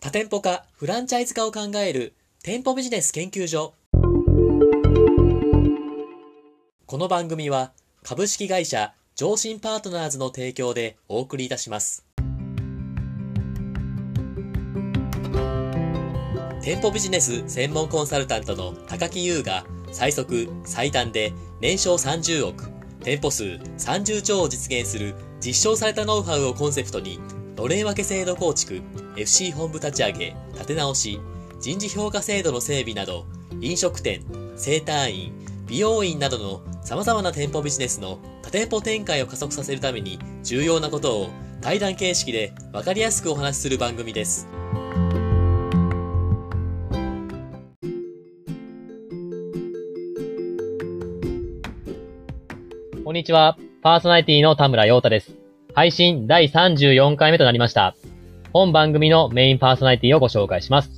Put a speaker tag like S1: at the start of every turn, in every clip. S1: 多店舗化、フランチャイズ化を考える店舗ビジネス研究所。この番組は株式会社上信パートナーズの提供でお送りいたします。店舗ビジネス専門コンサルタントの高木優が最速最短で年商30億店舗数30兆を実現する実証されたノウハウをコンセプトにのれん分け制度構築 FC 本部立ち上げ立て直し人事評価制度の整備など飲食店整体院美容院などの様々な店舗ビジネスの多店舗展開を加速させるために重要なことを対談形式で分かりやすくお話しする番組です。こんにちは。パーソナリティの田村陽太です。配信第34回目となりました。本番組のメインパーソナリティをご紹介します。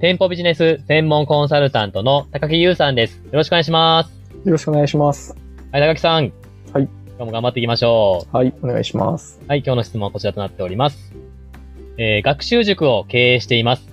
S1: 店舗ビジネス専門コンサルタントの高木優さんです。よろしくお願いします。
S2: よろしくお願いします。
S1: はい、高木さん。
S2: はい。
S1: 今日も頑張っていきましょ
S2: はい、お願いします。
S1: う。はい、今日の質問はこちらとなっております。えー、学習塾を経営しています。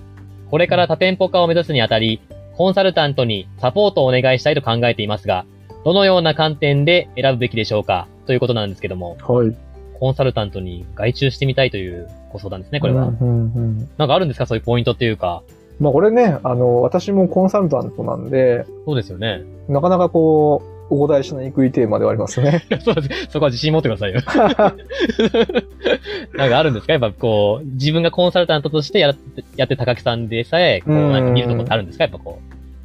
S1: これから多店舗化を目指すにあたり、コンサルタントにサポートをお願いしたいと考えていますが、どのような観点で選ぶべきでしょうかということなんですけども。
S2: はい。
S1: コンサルタントに外注してみたいというご相談ですね、これは。
S2: うんうんうん。
S1: なんかあるんですかそういうポイントっていうか。
S2: まあこれね、あの、私もコンサルタントなんで、
S1: そうですよね。
S2: なかなかこう、お答えしにくいテーマではあります ね。
S1: そうです。そこは自信持ってくださいよ。 なんかあるんですかやっぱこう、自分がコンサルタントとしてやって、やってる高木さんでさえ、こう、
S2: うん
S1: なんか見るとこってあるんですかやっぱこう、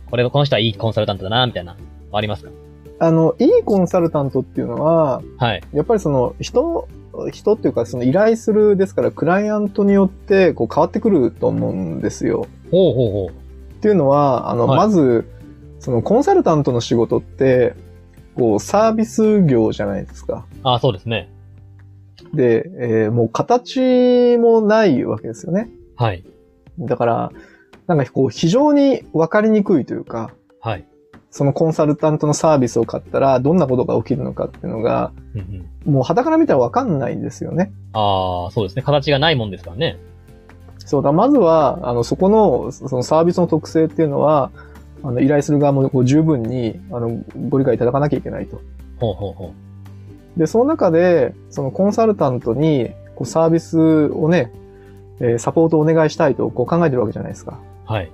S1: これ、この人はいいコンサルタントだな、みたいな、ありますか
S2: あの、いいコンサルタントっていうのは、
S1: はい。
S2: やっぱりその、人、人っていうか、その依頼する、ですから、クライアントによって、こう、変わってくると思うんですよ。
S1: ほうほうほう。
S2: っていうのは、あの、
S1: はい
S2: まず、その、コンサルタントの仕事って、こう、サービス業じゃないですか。
S1: ああ、そうですね。
S2: で、えーもう形もないわけですよね。
S1: はい。
S2: だから、なんかこう非常に分かりにくいというか、
S1: はい。
S2: そのコンサルタントのサービスを買ったらどんなことが起きるのかっていうのが、
S1: うんうん。
S2: もう肌から見たら分かんないんですよね。
S1: ああ、そうですね。形がないもんですからね。
S2: そうだ、まずは、あの、そこの、そのサービスの特性っていうのは、あの、依頼する側もこう十分に、あの、ご理解いただかなきゃいけないと。
S1: ほうほうほう。
S2: で、その中で、そのコンサルタントに、こうサービスをね、えーサポートをお願いしたいとこう考えてるわけじゃないですか。
S1: はい。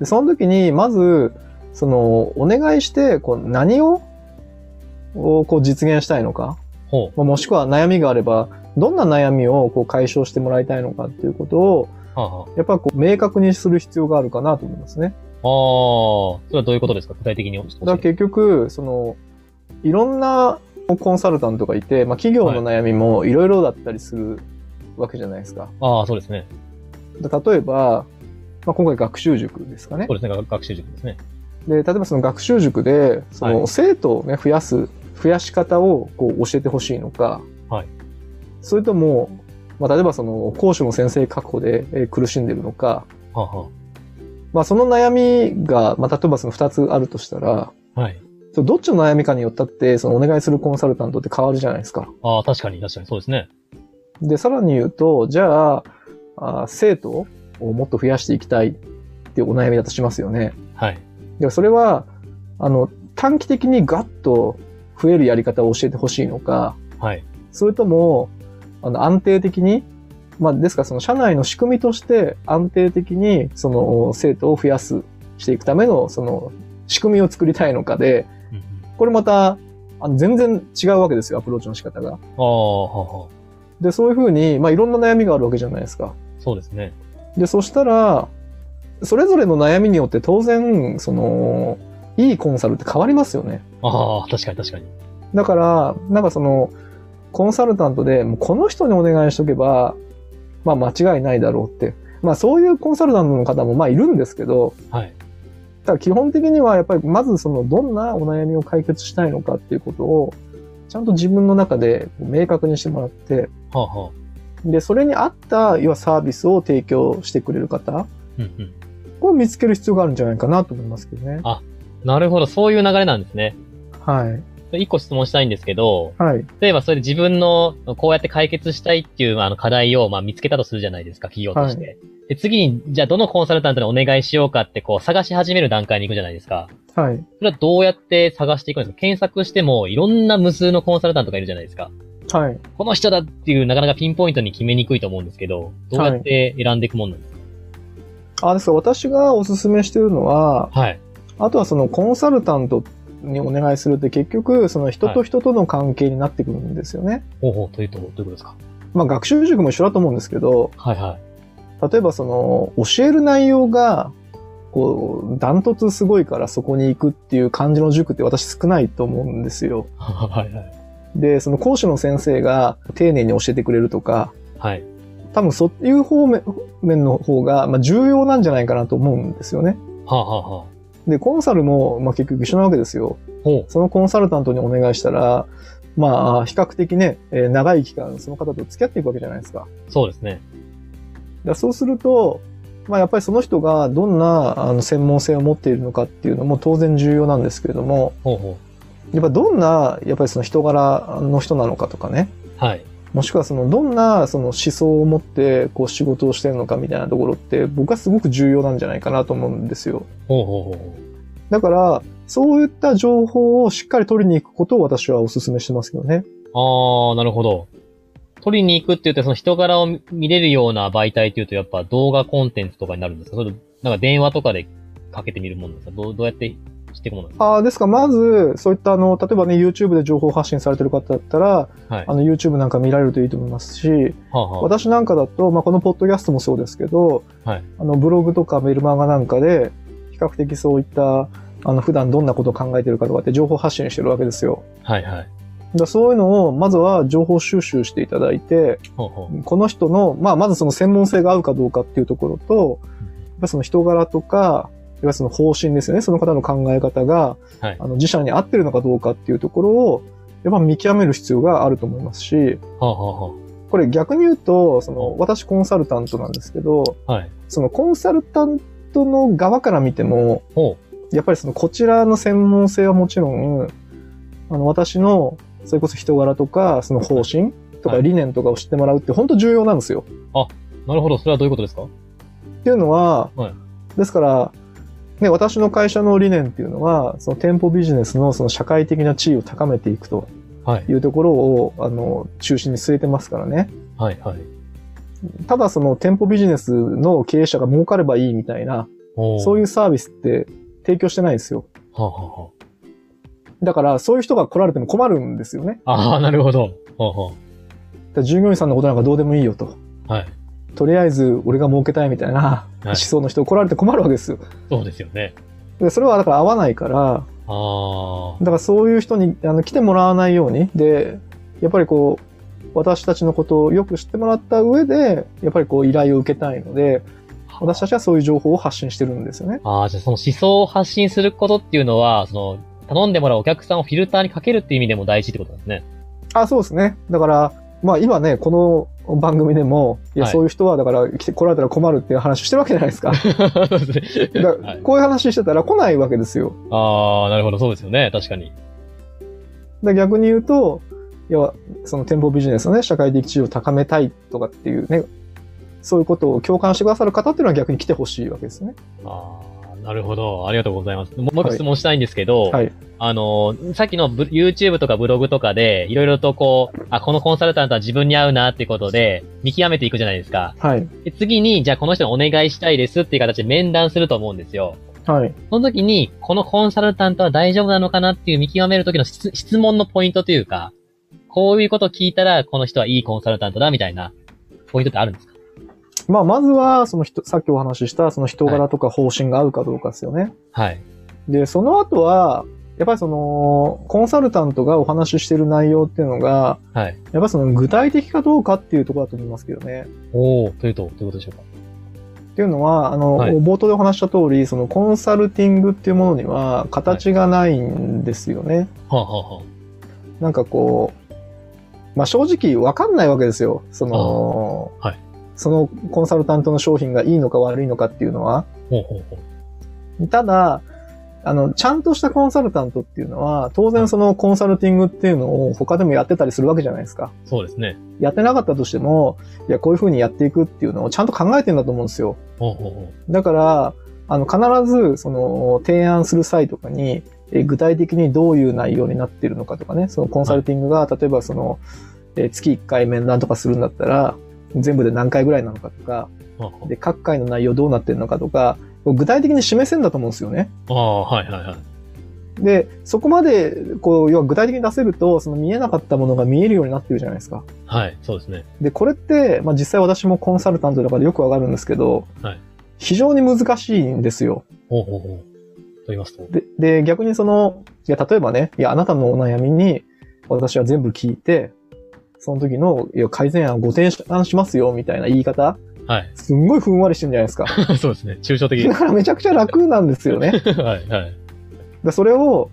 S2: で、その時に、まず、その、お願いして、こう、何を、をこう、実現したいのか、
S1: ほ
S2: まあもしくは悩みがあれば、どんな悩みをこう解消してもらいたいのかっていうことを、
S1: う。はあ、はあ。
S2: やっぱこう、明確にする必要があるかなと思いますね。
S1: ああ、それはどういうことですか具体的に教えて
S2: だから結局、その、いろんなコンサルタントがいて、まあ、企業の悩みもいろいろだったりするわけじゃないですか。
S1: ああ、そうですね。
S2: で例えば、まあ、今回学習塾ですかね
S1: そ。うですね。学学習塾ですね。
S2: で例えばその学習塾でそ
S1: は
S2: の生徒を、ね、増やす増やし方をこう教えてほしいのか、
S1: はい
S2: それとも、まあ、例えばその講師の先生確保でえー苦しんでるのか、
S1: はあ、は
S2: まあ、その悩みが、まあ、例えばその2つあるとしたら
S1: あ、はい。
S2: そのどっちの悩みかによったってそのお願いするコンサルタントって変わるじゃないですか。
S1: ああ、確かに、確かに、そうですね。
S2: でさらに言うとじゃああー生徒をもっと増やしていきたいっていうお悩みだとしますよね。
S1: はい。
S2: でそれは、あの、短期的にガッと増えるやり方を教えてほしいのか、
S1: はい。
S2: それとも、あの、安定的に、まあ、ですからその社内の仕組みとして安定的に、その、生徒を増やす、していくための、その、仕組みを作りたいのかで、
S1: うんうん
S2: これまた、あの全然違うわけですよ、アプローチの仕方が。
S1: ああ、はあ、はあ。
S2: で、そういうふうに、まあ、いろんな悩みがあるわけじゃないですか。
S1: そうですね。
S2: で、そしたら、それぞれの悩みによって当然、その、いいコンサルって変わりますよね。
S1: ああ、確かに、確かに。
S2: だから、なんかその、コンサルタントで、もうこの人にお願いしとけば、まあ間違いないだろうって。まあそういうコンサルタントの方もまあいるんですけど、
S1: はい。
S2: ただ基本的にはやっぱりまずそのどんなお悩みを解決したいのかっていうことを、ちゃんと自分の中で明確にしてもらって、
S1: はあ、はあ。
S2: で、それに合った、要はサービスを提供してくれる方
S1: うんうん。
S2: を見つける必要があるんじゃないかなと思いますけどね。
S1: なるほど、そういう流れなんですね。
S2: はい。
S1: 一個質問したいんですけど、
S2: はい。
S1: 例えばそれで自分のこうやって解決したいっていうまああの課題をまあ見つけたとするじゃないですか、企業として。で、次に、じゃあどのコンサルタントにお願いしようかってこう探し始める段階に行くじゃないですか。
S2: はい。
S1: それはどうやって探していくんですか検索してもいろんな無数のコンサルタントがいるじゃないですか。
S2: はい。
S1: この人だっていうなかなかピンポイントに決めにくいと思うんですけど、どうやって選んでいくもんなんですか
S2: あ、ですから私がおすすめしてるのは、
S1: はい。
S2: あとはそのコンサルタントにお願いするって結局、その人と人との関係になってくるんですよね。
S1: ほうほう、というと、どういうことですか
S2: まあ学習塾も一緒だと思うんですけど、
S1: はいはい。
S2: 例えばその教える内容が、こう、ダントツすごいからそこに行くっていう感じの塾って私少ないと思うんですよ。
S1: はいはい。
S2: で、その講師の先生が丁寧に教えてくれるとか、
S1: はい。
S2: 多分そういう方面面の方が、まあ、重要なんじゃないかなと思うんですよね。
S1: はあ、はあはあ、
S2: で、コンサルも、まあ、結局一緒なわけですよ。
S1: ほ
S2: そのコンサルタントにお願いしたら、まあ、比較的ね、えー長い期間その方と付き合っていくわけじゃないですか。
S1: う。そうですね。
S2: だからそうすると、まあ、やっぱりその人がどんなあの専門性を持っているのかっていうのも当然重要なんですけれども、
S1: ほうほ
S2: やっぱどんな、やっぱりその人柄の人なのかとかね、
S1: う。はい。
S2: もしくはそのどんなその思想を持ってこう仕事をしてるのかみたいなところって僕はすごく重要なんじゃないかなと思うんですよ。
S1: ほうほうほうほ
S2: だから、そういった情報をしっかり取りに行くことを私はお勧めしてますけどね。
S1: う。あー、なるほど。取りに行くって言うと、その人柄を見見れるような媒体っていうと、やっぱ動画コンテンツとかになるんですかそれと、なんか電話とかでかけてみるもんなんですかどうどうやって知っていくもんなんですか
S2: ああ、ですからまず、そういったあの、例えばね、YouTube で情報発信されてる方だったら、
S1: はい
S2: あの、YouTube なんか見られるといいと思いますし、
S1: はあ、は
S2: 私なんかだと、まあ、このポッドキャストもそうですけど、
S1: はい
S2: あのブログとかメルマガなんかで、比較的そういった、あの、普段どんなことを考えてるかとかって情報発信してるわけですよ。
S1: あ、はいはい。
S2: だからそういうのを、まずは情報収集していただいて、
S1: ほうほう。
S2: この人の、まあ、まずその専門性が合うかどうかっていうところと、やっぱその人柄とか、いわゆるその方針ですよね。その方の考え方が、
S1: はい
S2: あの自社に合ってるのかどうかっていうところを、やっぱ見極める必要があると思いますし、
S1: はあ、はあ、は
S2: これ逆に言うと、その、私コンサルタントなんですけど、
S1: あ。はい。
S2: そのコンサルタントの側から見ても、
S1: ほ
S2: やっぱりそのこちらの専門性はもちろん、あの、私の、それこそ人柄とか、その方針とか
S1: はい
S2: 理念とかを知ってもらうって本当重要なんですよ。
S1: う。なるほど。それはどういうことですか
S2: っていうのは、
S1: はい
S2: ですから、ね、私の会社の理念っていうのは、その店舗ビジネスのその社会的な地位を高めていくと
S1: はい。
S2: いうところを、あの、中心に据えてますからね。
S1: はい、はい。
S2: ただその店舗ビジネスの経営者が儲かればいいみたいな、
S1: そ
S2: そう
S1: う。
S2: いうサービスって提供してないんですよ。
S1: はあ、は
S2: だからそういう人が来られても困るんですよね。
S1: あ、はあ。ああ、なるほど。はあ、は
S2: だから従業員さんのことなんかどうでもいいよと。
S1: あ。はい。
S2: とりあえず俺が儲けたいみたいな
S1: はい
S2: 思想の人来られて困るわけですよ。
S1: そうですよね。
S2: でそれはだから合わないから、
S1: ああ。
S2: だからそういう人にあの来てもらわないように。で、やっぱりこう、私たちのことをよく知ってもらった上で、やっぱりこう依頼を受けたいので、私たちはそういう情報を発信してるんですよね。
S1: ああ、じゃあその思想を発信することっていうのは、その、頼んでもらうお客さんをフィルターにかけるっていう意味でも大事ってことなんです ね。
S2: あ、そうですね。だから、まあ今ね、この番組でも、いや、
S1: はい
S2: そういう人は、だから、来て、来られたら困るっていう話してるわけじゃな いですか。だ
S1: そうですね
S2: から
S1: はい
S2: こういう話してたら来ないわけですよ。
S1: ああ、なるほど、そうですよね。確かに。
S2: だから逆に言うと、いや、その店舗ビジネスのね、社会的地位を高めたいとかっていうね、そういうことを共感してくださる方っていうのは逆に来てほしいわけですね。
S1: ああ、なるほど。ありがとうございます。もうもう一
S2: は
S1: 個
S2: い
S1: 質問したいんですけど、
S2: はい。
S1: あの、さっきのブ YouTube とかブログとかで、いろいろとこう、あ、このコンサルタントは自分に合うなっていうことで、見極めていくじゃないですか。
S2: はい。
S1: で次に、じゃあこの人にお願いしたいですっていう形で面談すると思うんですよ。
S2: はい。
S1: その時に、このコンサルタントは大丈夫なのかなっていう見極める時の質質問のポイントというか、こういうことを聞いたら、この人はいいコンサルタントだみたいな、ポイントってあるんですか
S2: まあ、まずは、その人、さっきお話しした、その人柄とか方針が合うかどうかですよね。
S1: はい。
S2: で、その後は、やっぱりその、コンサルタントがお話ししてる内容っていうのが、
S1: はい。
S2: やっぱその具体的かどうかっていうところだと思いますけどね。
S1: おおというと、どういうことでしょうか
S2: っていうのは、あの、
S1: はい
S2: 冒頭でお話しした通り、そのコンサルティングっていうものには形がないんですよね。
S1: はあ、はあは
S2: なんかこう、まあ正直わかんないわけですよ。その、
S1: あーはい
S2: そのコンサルタントの商品がいいのか悪いのかっていうのは。
S1: あ、ほうほうほう。
S2: ただ、あの、ちゃんとしたコンサルタントっていうのは、当然そのコンサルティングっていうのを他でもやってたりするわけじゃないですか。
S1: そうですね。
S2: やってなかったとしても、いや、こういう風にやっていくっていうのをちゃんと考えてんだと思うんですよ。
S1: ほうほうほ
S2: だから、あの、必ず、その、提案する際とかに、えー具体的にどういう内容になってるのかとかね、そのコンサルティングが、例えばその、えー月1回面談とかするんだったら、全部で何回ぐらいなのかとか、
S1: うほうほう。
S2: で、各回の内容どうなってるのかとか、具体的に示せんだと思うんですよね。
S1: ああ、はいはいはい。
S2: で、そこまで、こう、要は具体的に出せると、その見えなかったものが見えるようになってるじゃないですか。
S1: はい、そうですね。
S2: で、これって、まあ実際私もコンサルタントだからよくわかるんですけど、
S1: はい
S2: 非常に難しいんですよ。
S1: ほうほうほう。と言いますと。
S2: で、で、逆にその、いや、例えばね、いや、あなたのお悩みに、私は全部聞いて、その時の、いや、改善案をご提案しますよ、みたいな言い方、
S1: はい。
S2: すんごいふんわりしてるんじゃないですか。
S1: そうですね。抽象的。
S2: だからめちゃくちゃ楽なんですよね。
S1: はいはい。
S2: で、それを、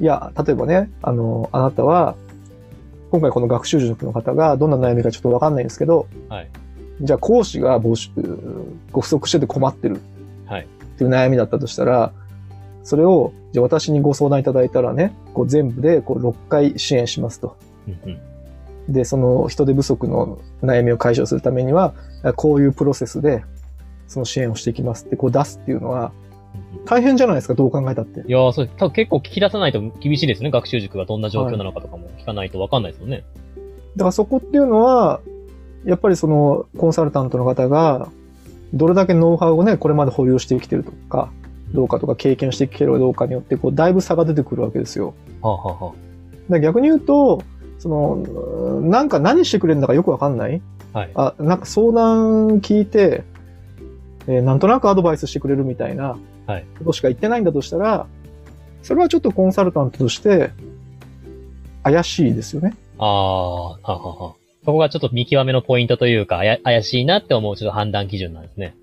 S2: いや、例えばね、あの、あなたは、今回この学習塾の方がどんな悩みかちょっとわかんないんですけど、
S1: はい
S2: じゃあ講師が募集、ご不足してて困ってる。
S1: はい
S2: っていう悩みだったとしたら、それを、じゃあ私にご相談いただいたらね、こう全部でこう6回支援しますと。
S1: うんうん
S2: で、その人手不足の悩みを解消するためには、こういうプロセスで、その支援をしていきますってこう出すっていうのは、大変じゃないですか、どう考えたって
S1: い。やーそうです。多分結構聞き出さないと厳しいですね。学習塾がどんな状況なのかとかも聞かないとわかんないですよね。
S2: だからそこっていうのは、やっぱりそのコンサルタントの方が、どれだけノウハウをね、これまで保有してきてるとか、どうかとか経験してきてるかどうかによって、こう、だいぶ差が出てくるわけですよ。
S1: はあ、はあは
S2: だから逆に言うと、その、うんなんか何してくれるんだかよくわかんない
S1: あ、はい。
S2: あ、なんか相談聞いて、えーなんとなくアドバイスしてくれるみたいな
S1: はい
S2: ことしか言ってないんだとしたら、それはちょっとコンサルタントとして、怪しいですよね。
S1: ああ、はあはあはあ。そこがちょっと見極めのポイントというか、あや怪しいなって思うちょっと判断基準なんですね。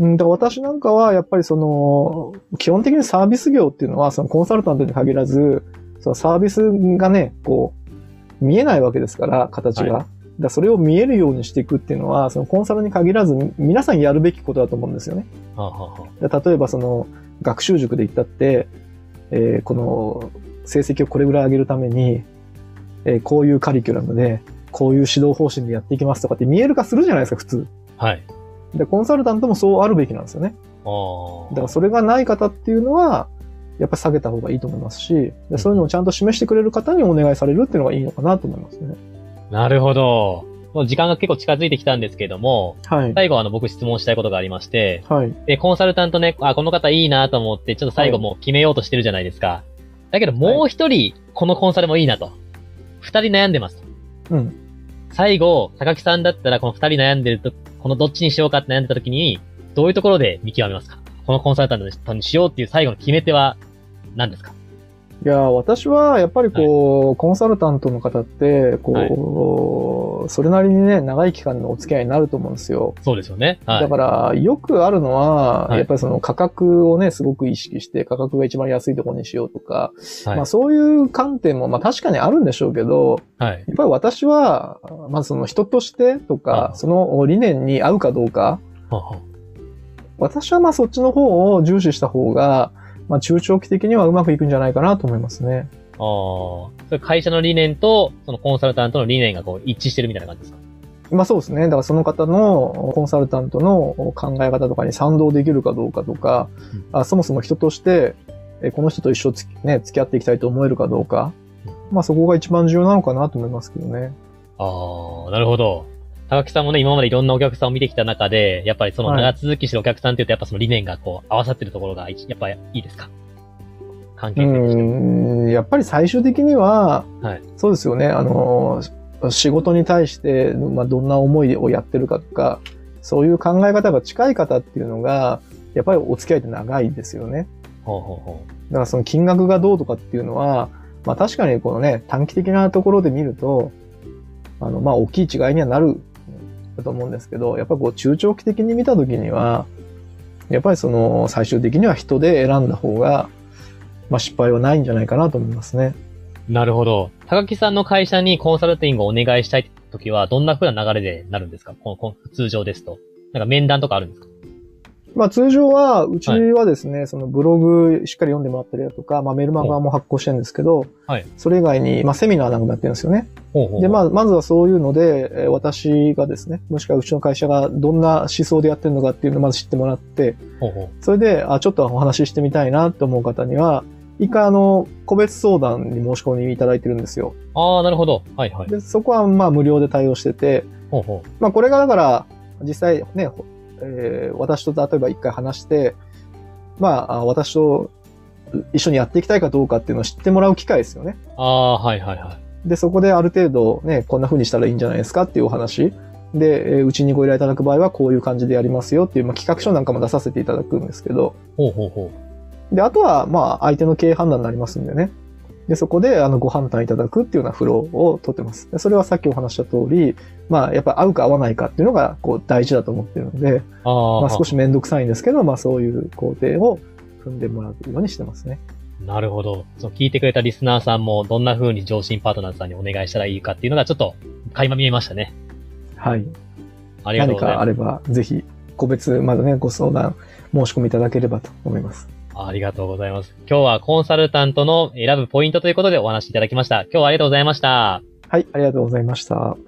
S2: うん、だから私なんかは、やっぱりその、基本的にサービス業っていうのは、そのコンサルタントに限らず、そのサービスがね、こう、見えないわけですから、形が。
S1: は
S2: だからそれを見えるようにしていくっていうのは、そのコンサルに限らず、皆さんやるべきことだと思うんですよね。
S1: はあ、はあは
S2: だから例えばその、学習塾で言ったって、えーこの、成績をこれぐらい上げるために、えーこういうカリキュラムで、こういう指導方針でやっていきますとかって見える化するじゃないですか、普通。
S1: あ、はい。
S2: で、コンサルタントもそうあるべきなんですよね。だか
S1: あ
S2: らそれがない方っていうのは、やっぱり下げた方がいいと思いますし、でそういうのをちゃんと示してくれる方にお願いされるっていうのがいいのかなと思いますね。
S1: あ、なるほど。もう時間が結構近づいてきたんですけれども、
S2: はい。
S1: 最後あの僕質問したいことがありまして、
S2: はい。
S1: で、コンサルタントね、あ、この方いいなと思って、ちょっと最後
S2: はい
S1: もう決めようとしてるじゃないですか。だけどもう一人、このコンサルもいいなと。二人悩んでますと。
S2: うん。
S1: 最後、高木さんだったらこの二人悩んでると、このどっちにしようかって悩んでた時に、どういうところで見極めますかこのコンサルタントにしようっていう最後の決め手は何ですか
S2: いやー、私はやっぱりこう、コンサルタントの方って、こう、それなりにね、長い期間のお付き合いになると思うんですよ。
S1: そうですよね。はい。
S2: だから、よくあるのは、
S1: はい
S2: やっぱりその価格をね、すごく意識して、価格が一番安いところにしようとか、
S1: はい
S2: まあそういう観点も、まあ確かにあるんでしょうけど、
S1: はい。
S2: やっぱり私は、まずその人としてとか
S1: う、ん
S2: その理念に合うかどうか、
S1: はあはあ
S2: 私はまあそっちの方を重視した方が、まあ中長期的にはうまくいくんじゃないかなと思いますね。
S1: あーそれ会社の理念と、そのコンサルタントの理念がこう一致してるみたいな感じですか
S2: まあそうですね。だからその方のコンサルタントの考え方とかに賛同できるかどうかとか、あそもそも人として、えこの人と一生つき、ね、付き合っていきたいと思えるかどうか、まあそこが一番重要なのかなと思いますけどね。
S1: ああ、なるほど。高木さんもね、今までいろんなお客さんを見てきた中で、やっぱりその
S2: はい
S1: 長続きしてるお客さんっていうと、やっぱその理念がこう、合わさってるところがい、やっぱいいですか関係
S2: う
S1: 性として。
S2: ん、やっぱり最終的には、
S1: はい
S2: そうですよね、あの、仕事に対して、まあ、どんな思いをやってるかとか、そういう考え方が近い方っていうのが、やっぱりお付き合いって長いですよね。
S1: ほうほうほ
S2: だからその金額がどうとかっていうのは、まあ確かにこのね、短期的なところで見ると、あの、まあ大きい違いにはなるだと思うんですけど、やっぱこう中長期的に見たときには、やっぱりその最終的には人で選んだ方が、まあ失敗はないんじゃないかなと思いますね。
S1: う。なるほど。高木さんの会社にコンサルティングをお願いしたいときは、どんな風な流れでなるんですかこのこの通常ですと。なんか面談とかあるんですか
S2: まあ通常は、うちはですね、そのブログしっかり読んでもらったりだとか、まあメルマガも発行してるんですけど、
S1: はい
S2: それ以外に、まあセミナーなんかもやってるんですよね。
S1: ほうほう。
S2: で、ま
S1: あ、
S2: あ、まずはそういうので、えー私がですね、もしくはうちの会社がどんな思想でやってるのかっていうのをまず知ってもらって、
S1: ほうほう。
S2: それで、あ、ちょっとお話ししてみたいなと思う方には、一回あの、個別相談に申し込みいただいてるんですよ。
S1: ああ、なるほど。はいはい。
S2: で、そこはまあ無料で対応してて、
S1: ほうほ
S2: まあこれがだから、実際ね、ほえー私と例えば一回話して、まあ、あ私と一緒にやっていきたいかどうかっていうのを知ってもらう機会ですよね。
S1: う。ああー、はいはいはい。
S2: で、そこである程度ね、こんな風にしたらいいんじゃないですかっていうお話。で、えーうちにご依頼いただく場合はこういう感じでやりますよっていう、まあ、企画書なんかも出させていただくんですけど。
S1: ほうほうほ
S2: で、あとは、まあ、相手の経営判断になりますんでね。で、そこで、あの、ご判断いただくっていうようなフローを取ってます。でそれはさっきお話した通り、まあ、やっぱ合うか合わないかっていうのが、こう、大事だと思ってるので、
S1: う。ああ、
S2: まあ、少しめんどくさいんですけど、まあ、そういう工程を踏んでもらうようにしてますね。
S1: なるほど。そう聞いてくれたリスナーさんも、どんな風に上進パートナーさんにお願いしたらいいかっていうのが、ちょっと、垣間見えましたね。
S2: はい。
S1: ありがとう
S2: 何
S1: ござい
S2: かあ
S1: ま
S2: れば、ぜひ、個別、まだね、ご相談、申し込みいただければと思います。
S1: す。ありがとうございます。今日はコンサルタントの選ぶポイントということでお話しいただきました。今日はありがとうございました。
S2: はい、ありがとうございました。